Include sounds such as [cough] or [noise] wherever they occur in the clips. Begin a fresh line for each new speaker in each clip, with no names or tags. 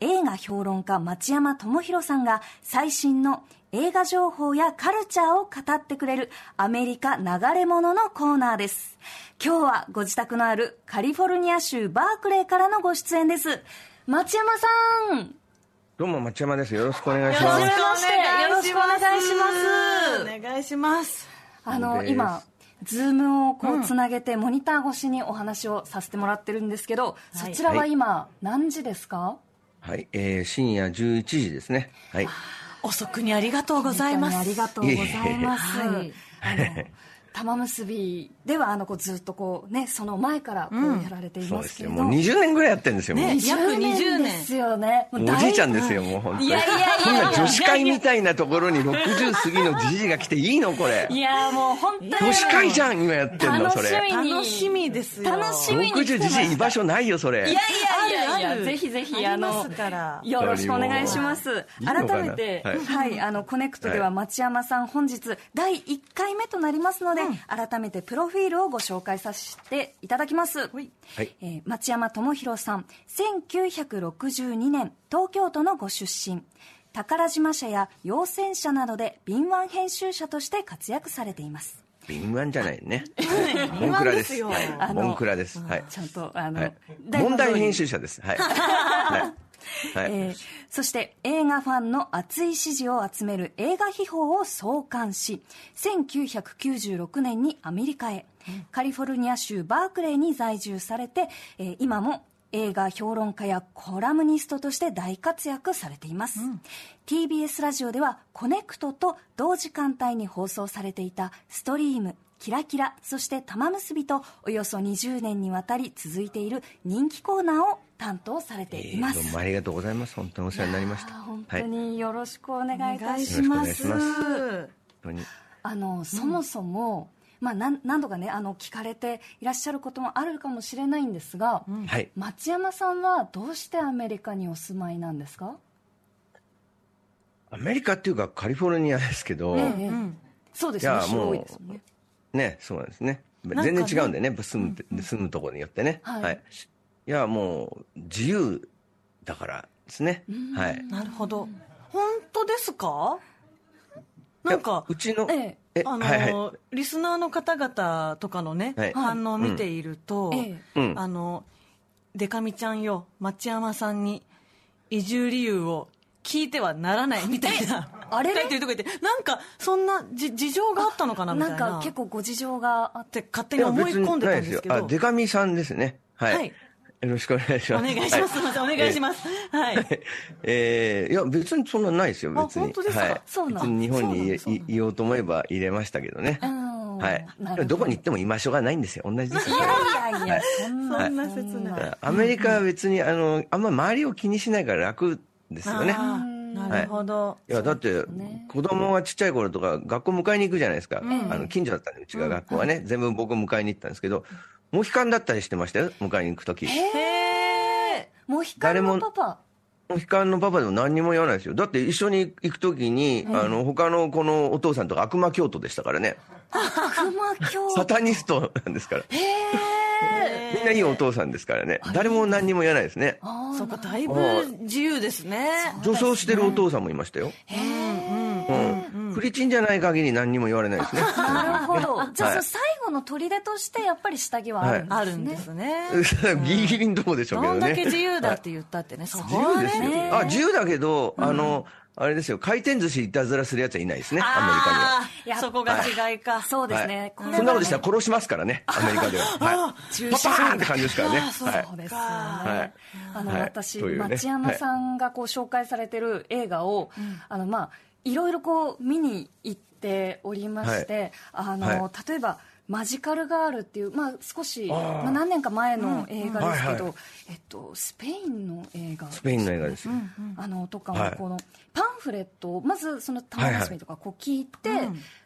映画評論家町山智博さんが最新の映画情報やカルチャーを語ってくれるアメリカ流れ物のコーナーです今日はご自宅のあるカリフォルニア州バークレーからのご出演です町山さん
どうも町山です。よろしくお願いし
よろし
ま
くお願い
す。
よろしくお
お願いします。
あの
です
今ズームをこうつなげて、モニター越しにお話をさせてもらってるんですけど、そちらは今何時ですか、
はい、えー、深夜11時ですね。はい。
遅くにありがとうござい
本当
ま
にあ
す。
りがとうございます。
いえいえ
はいあの玉結びではあのこうずっとこうねその前からこうやられてい
そう
ま
ですす
けれ
よ。
ど、
もう20年ぐらいやってるんですよ。もう
ね約20年
ですよね。もう
お
大
じいちゃんですよ、もう本当に。
いやいやいや
こんな女子会みたいなところに60過ぎのじじいが来ていいのこれ。
いやもう本当に
女子会じゃん、今やってんの、そ
楽し
れ。
みに
楽しみですよ。
楽しみに
60
来てま
じ
す
じい居場所ないよ、それ。
いやいやいやいや
あるある
ぜひぜひ
あ
あ
りま
の
すから
よろしくお願いします
いいのかな
改めて
はい
はいあのコネクトでは
はい
町山さん本日第1回目となりますので改めてプロフィールをご紹介させていただきます
い
はい
えー町山智博さん1962年東京都のご出身宝島社や陽泉社などで敏腕編集者として活躍されています
敏腕じゃないね。モンクラです。
敏腕ですよ
はい。
あの
モンクラです。はい。
ちゃんとあの、
はい。
台
問
本通り
題編集者です。
[laughs]
はい。はい。はい
えーそして映画ファンの熱い支持を集める映画秘宝を創刊し1996年にアメリカへ、カリフォルニア州バークレーに在住されて、えー今も映画評論家やコラムニストとして大活躍されています、TBS ラジオでは「コネクト」と同時間帯に放送されていた「ストリーム」キラキラそして玉結びとおよそ20年にわたり続いている人気コーナーを担当されて
え
いま
ー
す、
どうもありがとうございます。本当にお世話になりました。
本
は
当
い。本
によろしくお願いいたし
よ
ま
ろし
す。
くお願いし当に。
あのそもそも、まあなん何度かねあの聞かれていらっしゃることもあるかもしれないんですが、
はい。
松山さんはどうしてアメリカにお住まいなんですか？
アメリカっていうかカリフォルニアですけど、
ええそうです
い
ね。
や
州
もう
多いですもんね。
ね、そうなんですね。
かね
全然違うんでね、住む、住むところによってね。
はい
はい。いや、もう、自由だからですね。はい。
なるほど。本当ですか？なんか
いやうちの、
え
え、
あの、
はいはい。
リスナーの方々とかのね、
はい
反応を見ていると、
うんえ
え
あのデカミちゃんよ町山さんに移住理由を聞いてはならないみたいな
あれれ
書いてるとか言ってなんかそんなじ事情があったのかなみたい
なん
な
か結構ご事情があっ、
ってて勝手に思い込んでたんですけど
あ、デカミさんですね。はい。
はい
よろしくお願いし
お
ます。
願いします、す
は
みませんお願いします、はい
えーいや、別にそんなないですよ、別に。
あ本当ですか
はい
そうなん
別に日本にい
そうなんだそうなん
いいようと思えば入れましたけどね。
ん
はい
なるほ。ど
どこに行っても居場所がないんですよ。同じ
[laughs]
ですよ。
いやいやそんな
そんな切ない
アメリカは別に、あの、あんま周りを気にしないから楽ですよね。
あーなるほど、
いや、だって、子供がちっちゃい頃とか、学校迎えに行くじゃないですか。あの、近所だったんで、うちが学校はね、全部僕迎えに行ったんですけど、モヒカンだったりしてましたよ、迎えに行くとき。
へえ
もう光のパパ。
モヒカンのパパでも何にも言わないですよ。だって一緒に行くときに、あの、他のこのお父さんとか悪魔教徒でしたからね。
熊京
サタニストなんですから。みんないいお父さんですからね。誰も何にも言わないですね。
そこだいぶ自由ですね
女装してるお父さんもいましたよ。うん。フリチンじゃない限り何にも言われない [laughs] ですね。
なるほど。じゃあ、
はい
その最後の砦としてやっぱり下着はあるんですね。
あるんですね
ギリギリのとこでしょうけ
ど
どね。
んだけ自由だって言ったって
[laughs]
ね、そこ
自由
は
ですよ
ね。
あ、自由だけど、あの、あれですよ、回転寿司いたずらするやつはいないですね、ア
メリカには。そこが違いか。
そう
メ
です
リカには。
ね。これ
はい
は
そんなことしたら殺しますからね、アメリカ [laughs] では。はい。パパーンって感じですからね。はい
そうですよね。
はい
あの、
はい
私、
というね
町山さんがこう紹介されてる映画を、あの、まあ、いろいろこう見に行っておりまして、あの、
は
例えば。マジカルガールっていう、まあ、少し
あー
まあ、何年か前の映画ですけど、
うんはいはい
えっと、スペインの映画
スペインの映画ですよ。
あのとかも
はい
このパンフレットをまずその玉結びとかこう聞いて、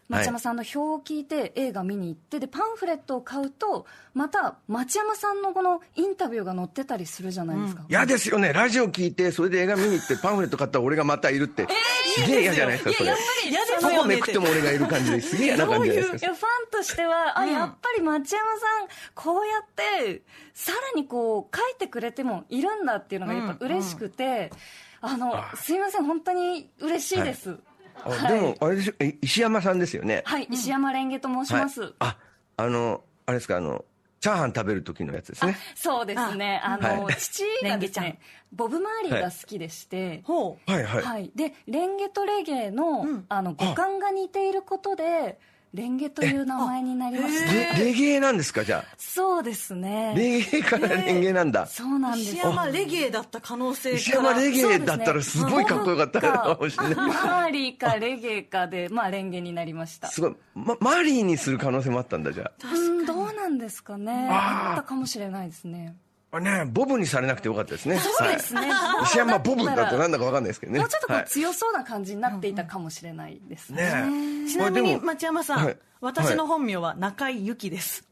町山さんの表を聞いて映画見に行ってでパンフレットを買うとまた町山さんのこのインタビューが載ってたりするじゃないですか、
嫌ですよね、ラジオ聞いて、それで映画見に行って、パンフレット買ったら俺がまたいるって、すげえ嫌じゃないですか、それ。
り嫌です
どこ
よね
めくっても俺がいる感じですげえ嫌な
ど
感
う
じ
い
じ
う
ゃ
い
ない
やフ
です
ァ
か。
ンとしては、あやっぱり町山さん、こうやって、さらにこう、書いてくれてもいるんだっていうのが、やっぱ嬉しくて、あのすいません、本当に嬉しいです。はい
あでも、あれでしょ、え石山さんですよね。
石山レンゲと申します、
はい、あ、あの、あれですか、あの、チャーハン食べる時のやつですね。
そうですね、あの、
はい
父がです
レンゲ
ね、ボブ・マーリーが好きでして、
ほう
はいはい。
はい、でレンゲとレゲエの,、
ん
あの五感が似ていることで、レンゲという名前になりまし
レ
た。
レゲエなんですか、じゃ
そうです
あ。
ね。
レゲエからレゲエなんだ。
そうなんです
石
よ
山レゲエだった可能性から
石山レゲエだったらすごいかっこよかったかもしれない。
マーリーかレゲエかで、まあ、レンゲになりました。
すごい、ま、マリーにする可能性もあったんだ、じゃ
うん、どうなんですかね。
あー
あったかもしれないですね。
あ。あね、ボブにされなくてよかったですね。
そうですね。
はい石山ボブだとなんだかわかんないですけどね。
もうちょっとこ
は
う
い
強そうな感じになっていたかもしれないですね。
ねえ
ちなみ
まあ
に
でも
町山さん、
はい
私の本名は中井由紀です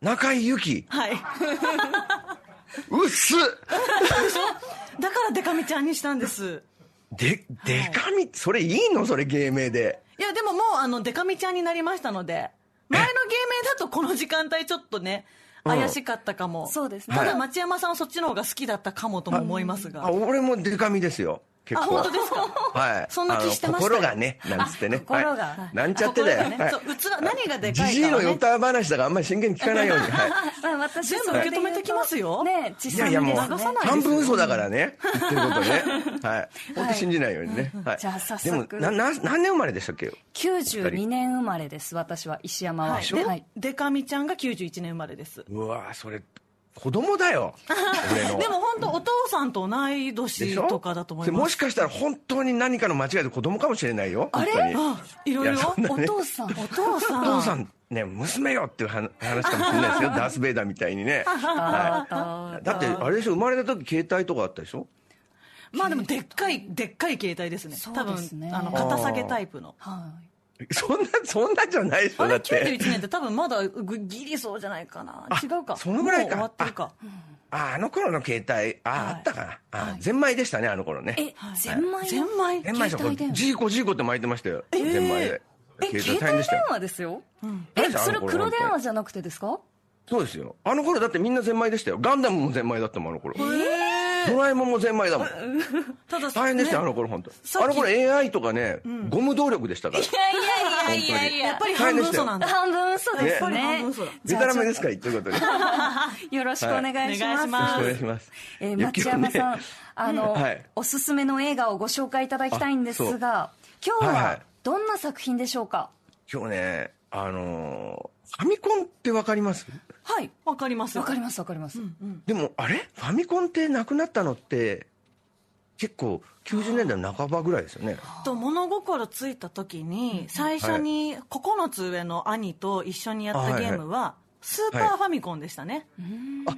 中井由紀、
はい
うっす
だからデカミちゃんにしたんです
で、でかみ、それいいのそれ芸名で。
いやでももうあのデカミちゃんになりましたので前の芸名だとこの時間帯ちょっとね
うん
怪しかったかも、
そうですね
ただ町山さんはそっちの方が好きだったかもとも思いますが
あ、俺もでかみですよ。結
あ
構。
本当ですか
はい。
そんな気してました
あの心がね、なんつってね。
あ心が
はいなんちゃってだよ。
心がねそう器何がでかいか、ね、
じじいのよた話だからあんまり真剣に聞かないように。
[laughs]
はい。
まあ私
全部
それで言うと
受け止めてきますよ
ねえ、小
い
さ
や
い
いや
で
もう、
すね。
半分嘘だからね。言
[laughs]
ってることね。はい。本当信じないようにね。はい。
じゃあ早速
でも、な、な何年生まれでしたっけ
92年生まれです、私は、石山は。
はい、で
はい
デカミちゃんが91年生まれです
うわぁ、それ、子供だ
[laughs]
よ。俺の。
でも本当お父さんと同い年とかだと思い
で
ま
も
す
しかしたら本当に何かの間違いで子供かもしれないよ。
あれ
本当に
あいろ
い
いろ
やそんな
お
ね
父さん、お
お父さん
お父さん、ね、娘よっていう話話かもしれないです
[laughs]
よ。ダース・ベイダーみたいにね。はい。だって、あれでしょ、生まれた時携帯とかあったでしょ [laughs]
まあでもでっかいでっかい携帯ですね
そうですね
多分あの肩下げタイプの
はい。
そんな、そんなじゃないでし
あ
ょ、
れ
だって。
91年って多分まだぐギリそうじゃないかな
あ
違うか
そのぐらい
もう
か
終わってるか
あ、あの頃の携帯、あ、あったかな。あ、ゼンマイでしたね、あの頃ね。
え、ゼンマイ
ゼンマイ
ゼンマイでしょ、
携
こ
帯電
れ、
話
ジーコジーコって巻いてましたよ。ゼンマイで。
え、携帯
大変で
電
したよ。
話ですよ。
大変
え、
でした
それ
あの頃
黒電話じゃなくてですか
そうですよ。あの頃だってみんなゼンマイでしたよ。ガンダムもゼンマイだったもん、あの頃。ドラえもんもゼンマイだもん。
ただ
大変でしたよ、あ
ね
の頃、本当。
さっ
あの
き
頃 AI とかね、ゴム動力でしたから。
いや
いやいやい
やっぱり半分嘘なんだ
半分嘘です
ね
ね
半分嘘だ。
でたらめですから、ということで。よろし
よろしくお願いし
はいお願い
ま
し
す。
ま
くお願いします。
えー町山さん、
ね
あの、
はい
おすすめの映画をご紹介いただきたいんですが、今日
はいは
はいどんな作品でしょうか。
今日ね、あのー、ファミコンってわかります
はい。
わかります
わかり
ま
ますわかります。
でも、あれファミコンってなくなったのって、結構90年代の半ばぐらいですよね。
すと物心ついた時に最初に9つ上の兄と一緒にやったゲームはスーパーファミコンでしたね
あ、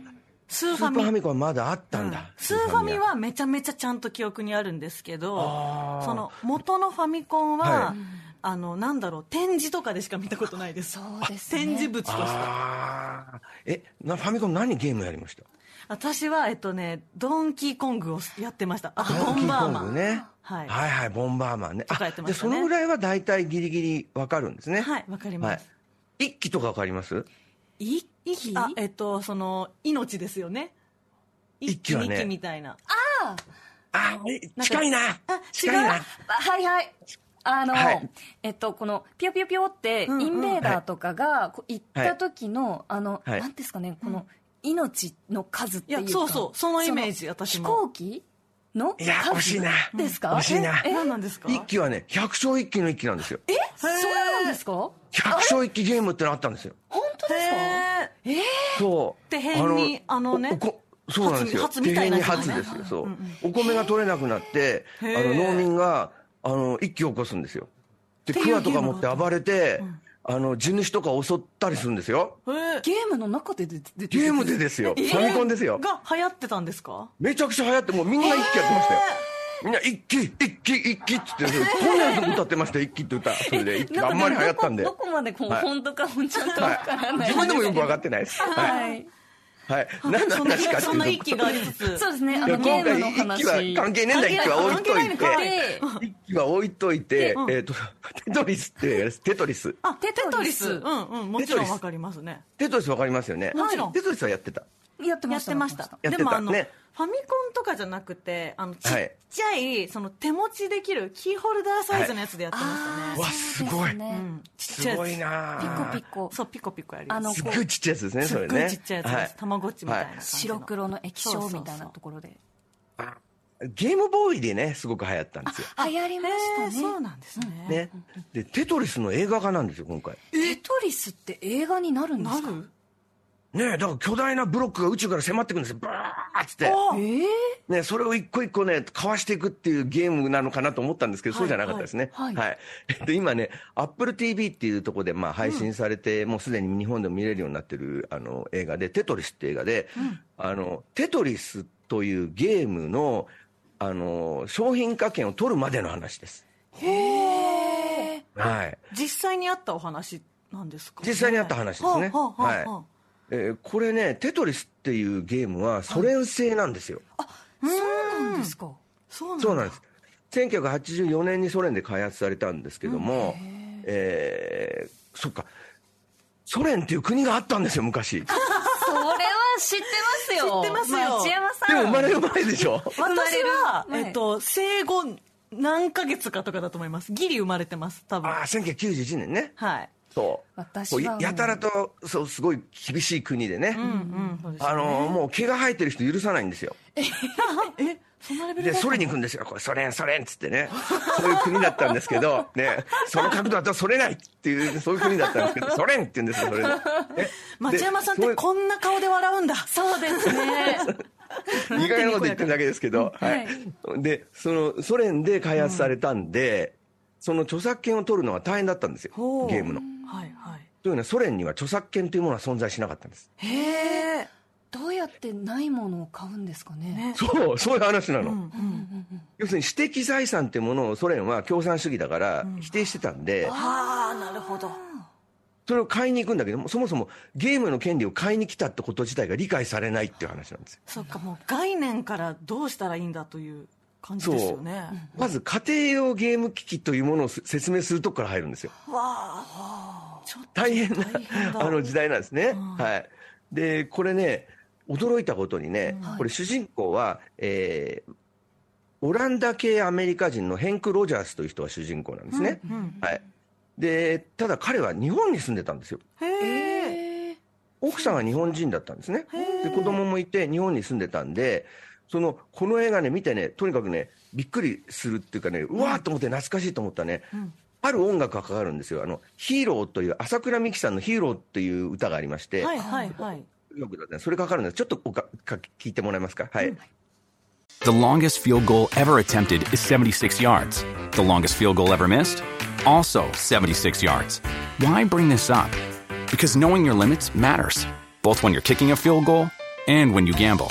スー
スー
フ
パ
ァ
ーファ
ミ
ミコンはまだあったんだ。
スーファミ
は
はめちゃめちゃちゃんと記憶にあるんですけど
あー
その元のファミコンは、
はい
あのなんだろう展示とかでしか見たことないです
そうですね
展示物として
ああ。え、なファミコン何ゲームやりました
私はえっとねドンキーコングをやってましたあとボ
ドキ
ン
ー
バーマ
コン
ン
グね。
はい
はいはい、ボンバーマンね。
とかやってましたね
じゃあそのぐらいは大体ギリギリわかるんですね。
はいわかります、
い。一期とかわかります
い、息あえっとその命ですよね一気
息はね
二気みたいな
あ、え近いな近い
あ
な
はいはい。あの、
はい
えっと、この、ピヨピヨピヨって、
んうん
インベーダーとかが、こう行った時の、あの、
はい
なんですかね、この、命の数っていうか。
いやそうそうそのイメージ
その
私も
飛行機の数
いや惜しいな
ですか
惜しいな
え、え
何なんですか
一期はね、百勝一期の一期なんですよ。え
そうなんですか
百勝一期ゲームってのあったんですよ。
本当ですか
へー
そう。
手編に
あの
あのね
おおこそうなんですよ。
初み初みたいなやつ
手
だ
編
ね
に初ですよ。そう。お米が取れなくなって、あ
へー
の、農民が、あの、一気を起こすんですよ。で、
ていう
桑とか持って暴れて、あの、地主とか襲ったりするんですよ。
え
ゲームの中で出て出て
ゲームでですよ。ファミコンですよ。
が流行ってたんですか
めちゃくちゃ流行って、もうみんな一気やってましたよ。みんな一気、一気、一気って言って、こんなやつ歌ってましたよ、一気って歌。それで、一気
な
あんまり流行ったんで。
どこどこまでこう、
はい
本当かもちょっとわから
は。
ないい。
自分でもよく分かってないです。はい。
はい。
はい。何の
そんな
話かっていうと。
そんな一気がありつつ
そうですね。あ
いや
のゲ
今
ーム
回
の
一
話。
期は関係ねえんだ一期は置いといて
関係ない関
一期は置いといて、えっとテトリスってテトリス
あテ
テト
ト
リ
リ
ス
スうんうんもちろんわかりますね
テトリスわかりますよね
もちろん
テトリスはやってた
やって
や
ま
っ
した。
てました
やってた
でもあの、
ね
ファミコンとかじゃなくてあのち
はい
っちゃい、その手持ちできるキーホルダーサイズのやつでやってましたね、
わすごい
そうですね
うんちっちゃ
す
い
ご
や
いな
ピ
あ
コピコ
つ。そうピコピコやる
あ
や
の
つ
すっごいちっちゃいやつですね
す
そ
っ
れ
ごい
ね
ちっちゃいやつです、たまごっちみたいな感じの
白黒の液晶みたいなところで。
はいあゲームボーイでねすごく流行ったんですよ
流行りま
へー
した
そう
ね。
なんですね,、
ねでテトリスの映画化なんですよ今回
テトリスって映画になるんで
な
すか
る
ねだから巨大なブロックが宇宙から迫ってくるんですよバーッつって
お
ええ
ね、それを一個一個ね、かわしていくっていうゲームなのかなと思ったんですけど、そうじゃなかったですね。
は
はいい。 [laughs]
は
えっと、今ね、Apple TV っていうところで、まあ、配信されて、もうすでに日本でも見れるようになってる、あの、映画で、テトリスって映画で、あの、テトリスというゲームの、あの、商品化権を取るまでの話です。
へえ。
はい。
実際にあったお話なんですか、
実際にあった話ですね
はあはあはあ
はえーこれね、テトリスっていうゲームはソ連製なんですよ。
そうなんですか。
そうなんだ
そうなんです。1984年にソ連で開発されたんですけども、えーそっか、ソ連っていう国があったんですよ、
[laughs]
昔。で
それは知ってますよ。
知ってますよ
町山さん。
も生まれる前でし
[laughs]
ょ。
私は、
生まれる前
えっと、生後何ヶ月かとかだと思いますギリ生まれてます多分
ああ、1991年ね。
はい
そう。
私
こう
はもう
やたらと、そう、すごい厳しい国でね。
うんうんそうです
あのもう毛が生えてる人許さないんですよ。
え [laughs] そんなレベル
で、ソ連に行くんですよ。これ、ソ連、ソ連っつってね。そういう国だったんですけ
[laughs]
ど、ね、その角度だとソれないっていう、そういう国だったんですけど、ソ連って言うんですよ、
[laughs]
それで。ね
町山さんってこんな顔で笑うんだ
そうですね。 [laughs]
いい加減なこと言ってるだけですけど、はい、でそのソ連で開発されたんで、その著作権を取るのが大変だったんですよ
ほう
ゲームの。
はいはい
というのはソ連には著作権というものは存在しなかったんです。
へえ
どうやってないものを買うんですかね。
そうそういう話なの、
うんうん
要するに私的財産っていうものをソ連は共産主義だから否定してたんで、
ああなるほど
それを買いに行くんだけどもそもそもゲームの権利を買いに来たってこと自体が理解されないっていう話なんですよ
そっかもう概念からどうしたらいいんだという感じですよね
まず家庭用ゲーム機器というものを説明するとこから入るんですよ
わあちょっと
大変な
大変だ
あの時代なんですね、はい、でこれね驚いたことにね、これ主人公は、えーオランダ系アメリカ人のヘンク・ロジャースという人が主人公なんですね、
うん
はい、でただ彼は日本に住んでたんですよ
へえ
奥さんが日本人だったんですねで子供もいて日本に住んでたんでそのこの映画ね見てねとにかくねびっくりするっていうかねうわーっと思って懐かしいと思ったね、ある音楽がかかるんですよあの「ヒーロー」という朝倉美樹さんの「ヒーロー」っていう歌がありまして、
はいはいはい
曲だったねそれかかるんです。ちょっとおかか聞いてもらえますか。はい。
The longest field goal ever attempted is 76 yards. The longest field goal ever missed? Also 76 yards. Why bring this up? Because knowing your limits matters, both when you're kicking a field goal and when you gamble.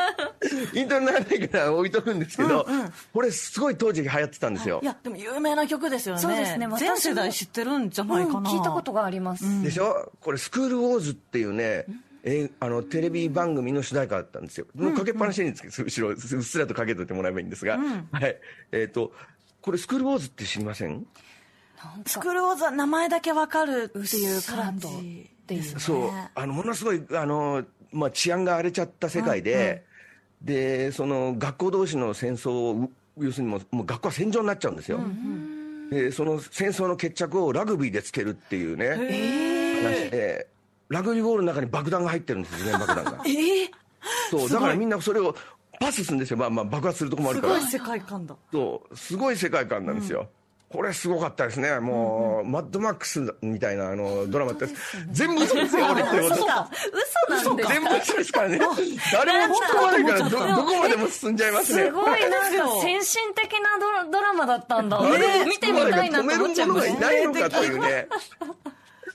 イントロ長いから置いとくんですけど、これすごい当時流行ってたんですよ
い。やでも有名な曲ですよね
そうですね私も
全世代知ってるんじゃ
う
ない
ん
かな、
聞いたことがあります。
でしょこれスクールウォーズっていうね、えーあのテレビ番組の主題歌だったんですよ。もうかけっぱなしにつけ [laughs] 後ろうっすらとかけといてもらえばいいんですが、はい。えっ、とこれスクールウォーズって知りません？
なん
ス
か
クローズは名前だけわかる
うっ
っていう
すら
感
とっ
じ
ていう。
そう、あのものすごいあの、まあ、治安が荒れちゃった世界で、でその学校同士の戦争を、う要するにもうもう学校は戦場になっちゃうんですよ、で、その戦争の決着をラグビーでつけるっていうね、話で、ラグビーボールの中に爆弾が入ってるんですよ、自然爆弾が。
えー
そうだからみんなそれをパスするんですよ、まあ、まあ爆発するとこもある
す
か
ご
ら
い世界観だ
そうすごい世界観なんですよ、これすごかったですねもう、マッドマックスみたいなあのドラマって、全部嘘ですよ俺ってこと
嘘か嘘なんですか
全部嘘ですからね誰も突っ込まないからどどこまでも進んじゃいますね
すごいなん
[laughs]
か先進的なドラドラマだったんだ、見てみたいなと思っちゃい
止めるもの
ま
が
す
いないのかというね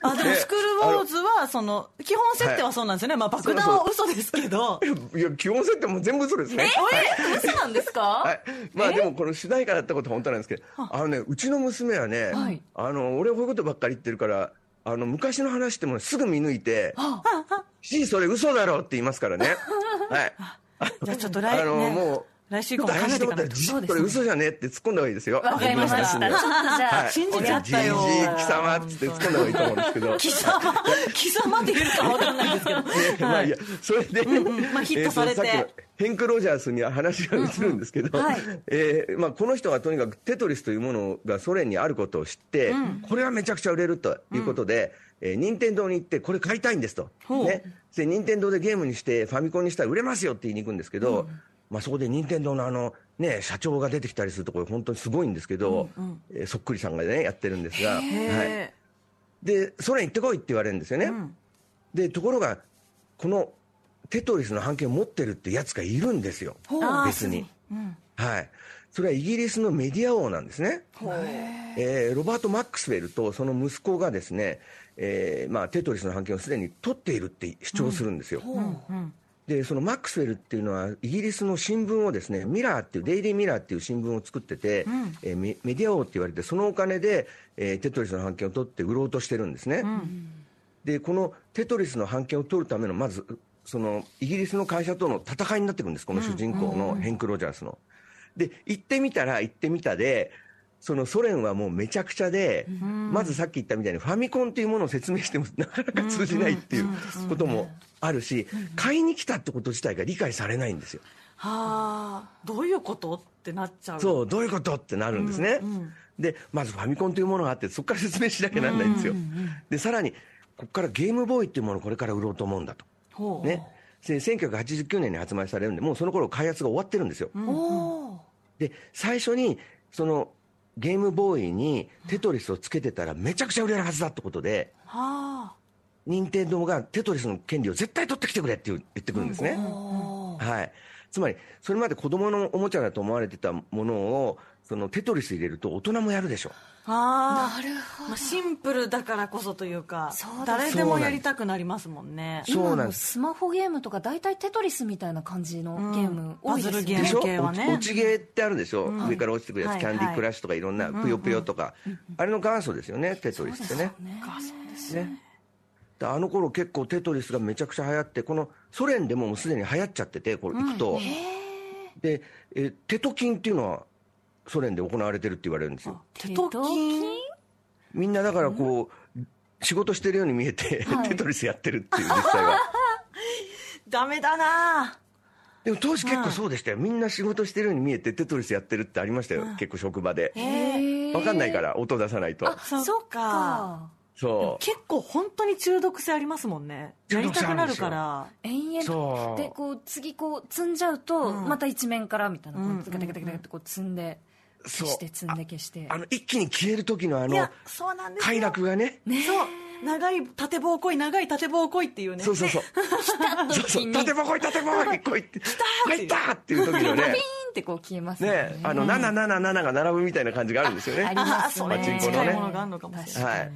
あでも
ね
スクールウォーズはその基本設定はそうなんですよね、まあ、爆弾は嘘ですけど
いや基本設定も全部嘘ですね
嘘なんですか、
はい、まあでもこの主題歌だったことは本当なんですけどあのねうちの娘はね、あの俺こういうことばっかり言ってるからあの昔の話ってものすぐ見抜いて「しそれ嘘だろ」って言います [laughs] からねはい
じゃあちょっと来,、
あの
ね、
もう
来週以
ちょっ
降も
と
考え
話しててもった
いからないと
らそれ嘘じゃねえって突っ込んだ方がいいですよ
わかりました。ちょっとじゃあ、
信じちゃったよ
じ貴様っつって突っ込んだ方がいいと思うんですけ
[laughs]
ど
貴様貴様って言うかわかんないですけど、
ねまあいいや、それで、
まあヒットされて
えーそのさっきのヘンク・ロジャースには話が移るんですけど、えーまあ、この人がとにかくテトリスというものがソ連にあることを知って、これはめちゃくちゃ売れるということで、えー任天堂に行って、これ買いたいんですと、ね、で任天堂でゲームにして、ファミコンにしたら売れますよって言いに行くんですけど、まあ、そこで任天堂のあの、ね、社長が出てきたりするところ、本当にすごいんですけど、えーそっくりさんがね、やってるんですが。はい
え
でソ連行ってこいって言われるんですよね、でところがこのテトリスの版権を持ってるってやつがいるんですよ別に、はいそれはイギリスのメディア王なんですね、えーロバート・マックスウェルとその息子がですね、えーまあ、テトリスの版権をすでに取っているって主張するんですよ、でそのマックスウェルっていうのはイギリスの新聞をですねミラーっていうデイリーミラーっていう新聞を作ってて、えーメメディア王って言われてそのお金で、えーテトリスの版権を取って売ろうとしてるんですね、でこのテトリスの版権を取るためのまずそのイギリスの会社との戦いになってくるんですこの主人公のヘンク・ロジャースの。で行ってみたら行ってみたでそのソ連はもうめちゃくちゃで、まずさっき言ったみたいにファミコンというものを説明してもなかなか通じないっていうこともあるし、買いに来たってこと自体が理解されないんですよ。
はあどういうことってなっちゃう
そう、どういうことってなるんですね。で、まずファミコンというものがあって、そこから説明しなきゃなんないんですよ。で、さらに、ここからゲームボーイっていうものをこれから売ろうと思うんだと。
ほう
ね。で1989年に発売されるんで、もうその頃開発が終わってるんですよ。で、最初に、その、ゲームボーイにテトリスをつけてたらめちゃくちゃ売れるはずだってことで、
は
任天堂がテトリスの権利を絶対取ってきてくれって言う言ってくるんですね。はい。つまり、それまで子供のおもちゃだと思われてたものを、そのテトリス入れると大人もやるでしょ。
あはあなるほど、まあ、シンプルだからこそというか誰でもやりたくなりますもんね
そう
今
なん
の
です。
スマホゲームとか大体テトリスみたいな感じのゲーム多いですよ
パズルゲー
ね
ム
でしょ
系はね
落ち落ちゲーってあるでしょ、上から落ちてくるやつ、
はい
キャンディークラッシュとかいろんな、ぷよぷよとか、あれの元祖ですよね、テトリスってね。ねであの頃結構テトリスがめちゃくちゃ流行って、このソ連でももうすでに流行っちゃってて、これ行くと。で、えテトキンっていうのはソ連で行われてるって言われるんですよ。
手と金
みんなだからこう、仕事してるように見えて、テトリスやってるっていう、実際 [laughs] は。
ダメだな
でも当時結構そうでしたよ。みんな仕事してるように見えて、テトリスやってるってありましたよ。結構職場で。わかんないから、音出さないと。
そっか
そう。
結構本当に中毒性ありますもんねや
中
り
毒
た
性
く
あ
な
るん
る
ですよ
から
延
そ
々
う
でこう次こう積んじゃうと、また一面からみたいなこうガタガタガタってこう積んで
そう
消して積んで消して
あの、一気に消える時のあ
い
の
や、そうなんですよ
快楽がね。
そう長い縦棒来い長い縦棒来いっていうね
そうそうそう。そうそう。縦棒来い、縦棒来い、来いって。入ったっていう時の
ピーン
ね。
ってこう消えますよ
ね
ね、
あの、777が並ぶみたいな感じがあるんですよね。
あります
そ
ね
れ
パチン
に
コの
近い
ね
ものがあるのかもしれない、
はい、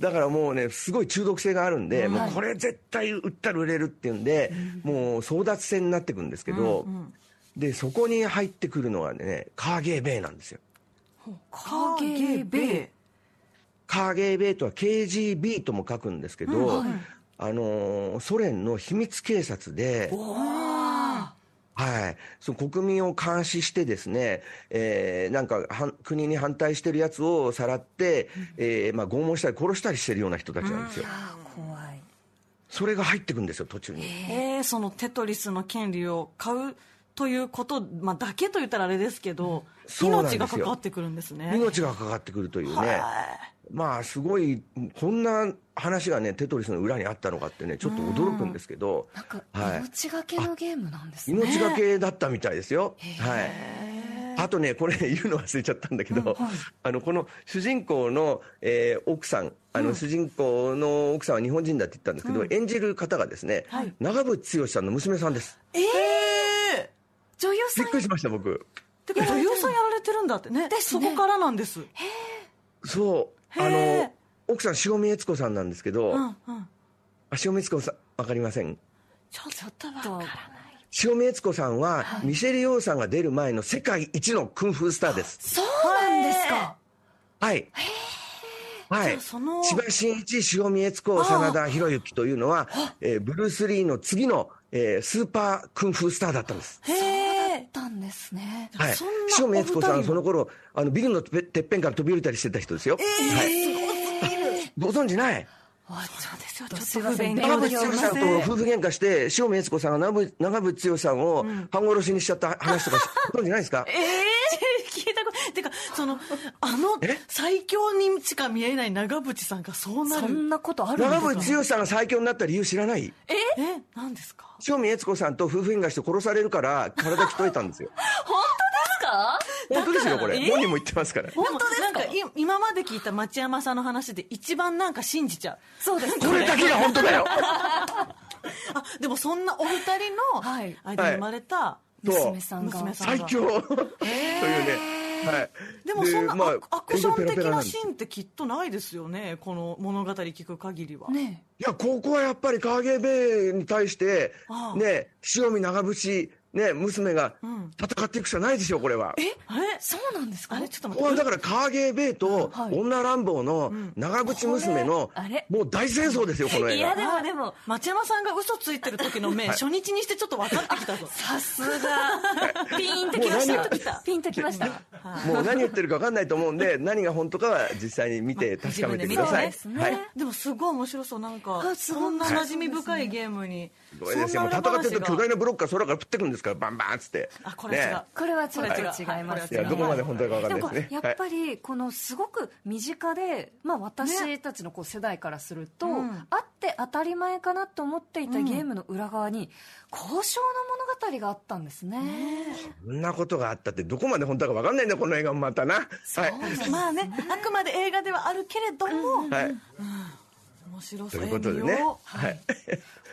だからもうねすごい中毒性があるんで、もうこれ絶対売ったら売れるっていうんで、もう争奪戦になってくんですけど、でそこに入ってくるのがねカーゲーベイなんですよ
カーゲーベー
カーゲーベイとは KGB とも書くんですけど、あのーソ連の秘密警察で、はい、その国民を監視してですね、えーなんか反国に反対してるやつをさらって、えーまあ、拷問したり殺したりしてるような人たちなんですよ、
怖い
それが入ってくるんですよ途中に、
えー、そのテトリスの権利を買うということ、まあ、だけと言ったらあれですけど、
そうなんです
命
よ
が関わってくるんですね。
命がかかってくるというね
はい
まあすごい、こんな話がね、テトリスの裏にあったのかってね、ちょっと驚くんですけど、
なんか
はい
命がけのゲームなんですね。
命がけだったみたいですよ。はい。あとね、これ言うの忘れちゃったんだけど、あの、この主人公の、えー奥さん、あの、主人公の奥さんは日本人だって言ったんですけど、演じる方がですね、長渕剛さんの娘さんです。
ええ
女優さ
び
ん
っくりしました、僕。
てか女優さんやられてるんだってね
ですね
そこからなんです
そう。あ
へー
の、奥さん、塩見悦子さんなんですけど、
うんうん
あ塩見悦子さん、わかりません
ちょっとわからない
塩見悦子さんは、ミシェル・ヨーさんが出る前の世界一のクンフースターです。
そうなんですか。
はい。はい。
その
千葉真一、塩見悦子、真田広之というのは、えーブルース・リーの次の、えースーパークンフースターだったんです。
へえ
たんですね。
はい
そんな。
塩見悦子さ
お
ん、
二人も
その頃、あの、ビルのてっぺてっぺんから飛び降りたりしてた人ですよ。はい。ご存知ない
そうですよち
す
ょ
い
っと
ま
不
せん
便
長渕剛さんと夫婦喧嘩して、塩見悦子さんが長渕長渕剛さんを半殺しにしちゃった話と [laughs] か、ご存知ないですか
ええ聞いたことてかそのあの [laughs] 最強にしか見えない長渕さんがそうな
そん
る
なことあるん
長
ですか。
渕剛さんが最強になった理由知らない
え何ですか
塩見悦子さんと夫婦喧嘩して殺されるから体聞こえたんですよ。本当ですか本当ですよ、これ。本人も言ってますから。
本当ですかなんかい今まで聞いた町山さんの話で一番なんか信じちゃう
そうですね。
これだけが本当だ
[laughs]
よ
あでもそんなお二人の
はい
間に生まれた、
と
娘さんが
娘さん
最強というね、はい、
でもそんな
まあ
アクアクション
英語ペラ
的
ペラ
なん
です
シーンってきっとないですよねこの物語聞く限りは、
ね
いやここはやっぱり KGB に対して
ああ
ね塩見長渕ね娘が
ん
戦っていくしかないでしょこれは。
あれ
そうなんですか。
あれちょっと
こ
待
こ
っ
は
て
だから KGB と
はい
女乱暴の長渕娘の
これあれ
もう大戦争ですよこの
い
映
や
画。
でもでも
町山さんが嘘ついてる時の目、初日にしてちょっと分かってきた
[laughs]
ぞ
さ
[laughs]
すがピーンときまし
もう
たピンときま
[laughs]
した
もう何言ってるか分かんないと思うんで何が本当かは実際に見て確かめてください。
自
分で見てね
はい
でもすごい面白そうなんか
あすごい
そんな馴染み深いゲームに
これですよ。もう戦ってると巨大なブロックが空から降ってくるんですから、バンバンっつって。
あこれ違う、
ね
これはちょっと
こ
違
れ
います
い
これは
や、
違う
どこまで本当かわ
で
かんないで
も
すね。
やっぱりこのすごく身近で、まあ、私たちのこう世代からすると、
うん
あって当たり前かなと思っていたゲームの裏側に交渉の物語があったんですね。
そんなことがあったって、どこまで本当かわかんないんだよ、この映画もまたな。はい。
まあねあくまで映画ではあるけれども、
はい。
面白
と
そう
いうことでね
見よ。う
はい。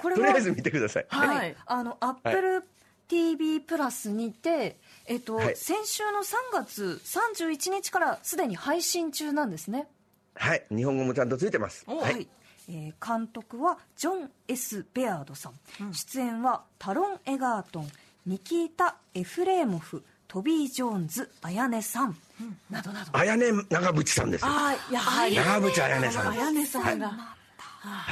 こと
りあえず見てください。
はい、
はい
あのアップル TV プラスにて、えっと
はい
先週の3月31日からすでに配信中なんですね。
はい。日本語もちゃんとついてます。は。
はいいえー監督はジョン・ S ・ベアードさん、出演はタロン・エガートンニキータ・エフレーモフトビー・ジョーンズ・アヤネさん、などなど
あやね長渕さんです。は
あーやはり
長渕彩音さん
あの彩音さんが、
い。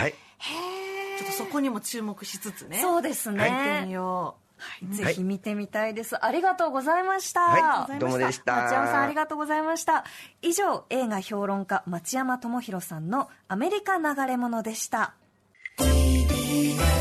ちょっとそこにも注目しつつね
そうですね、
見てみよう
ぜひ見てみたいです、ありがとうございました、
はい。どうもでした。
町山さんありがとうございました以上映画評論家町山智博さんの「アメリカ流れ物」でした
TBS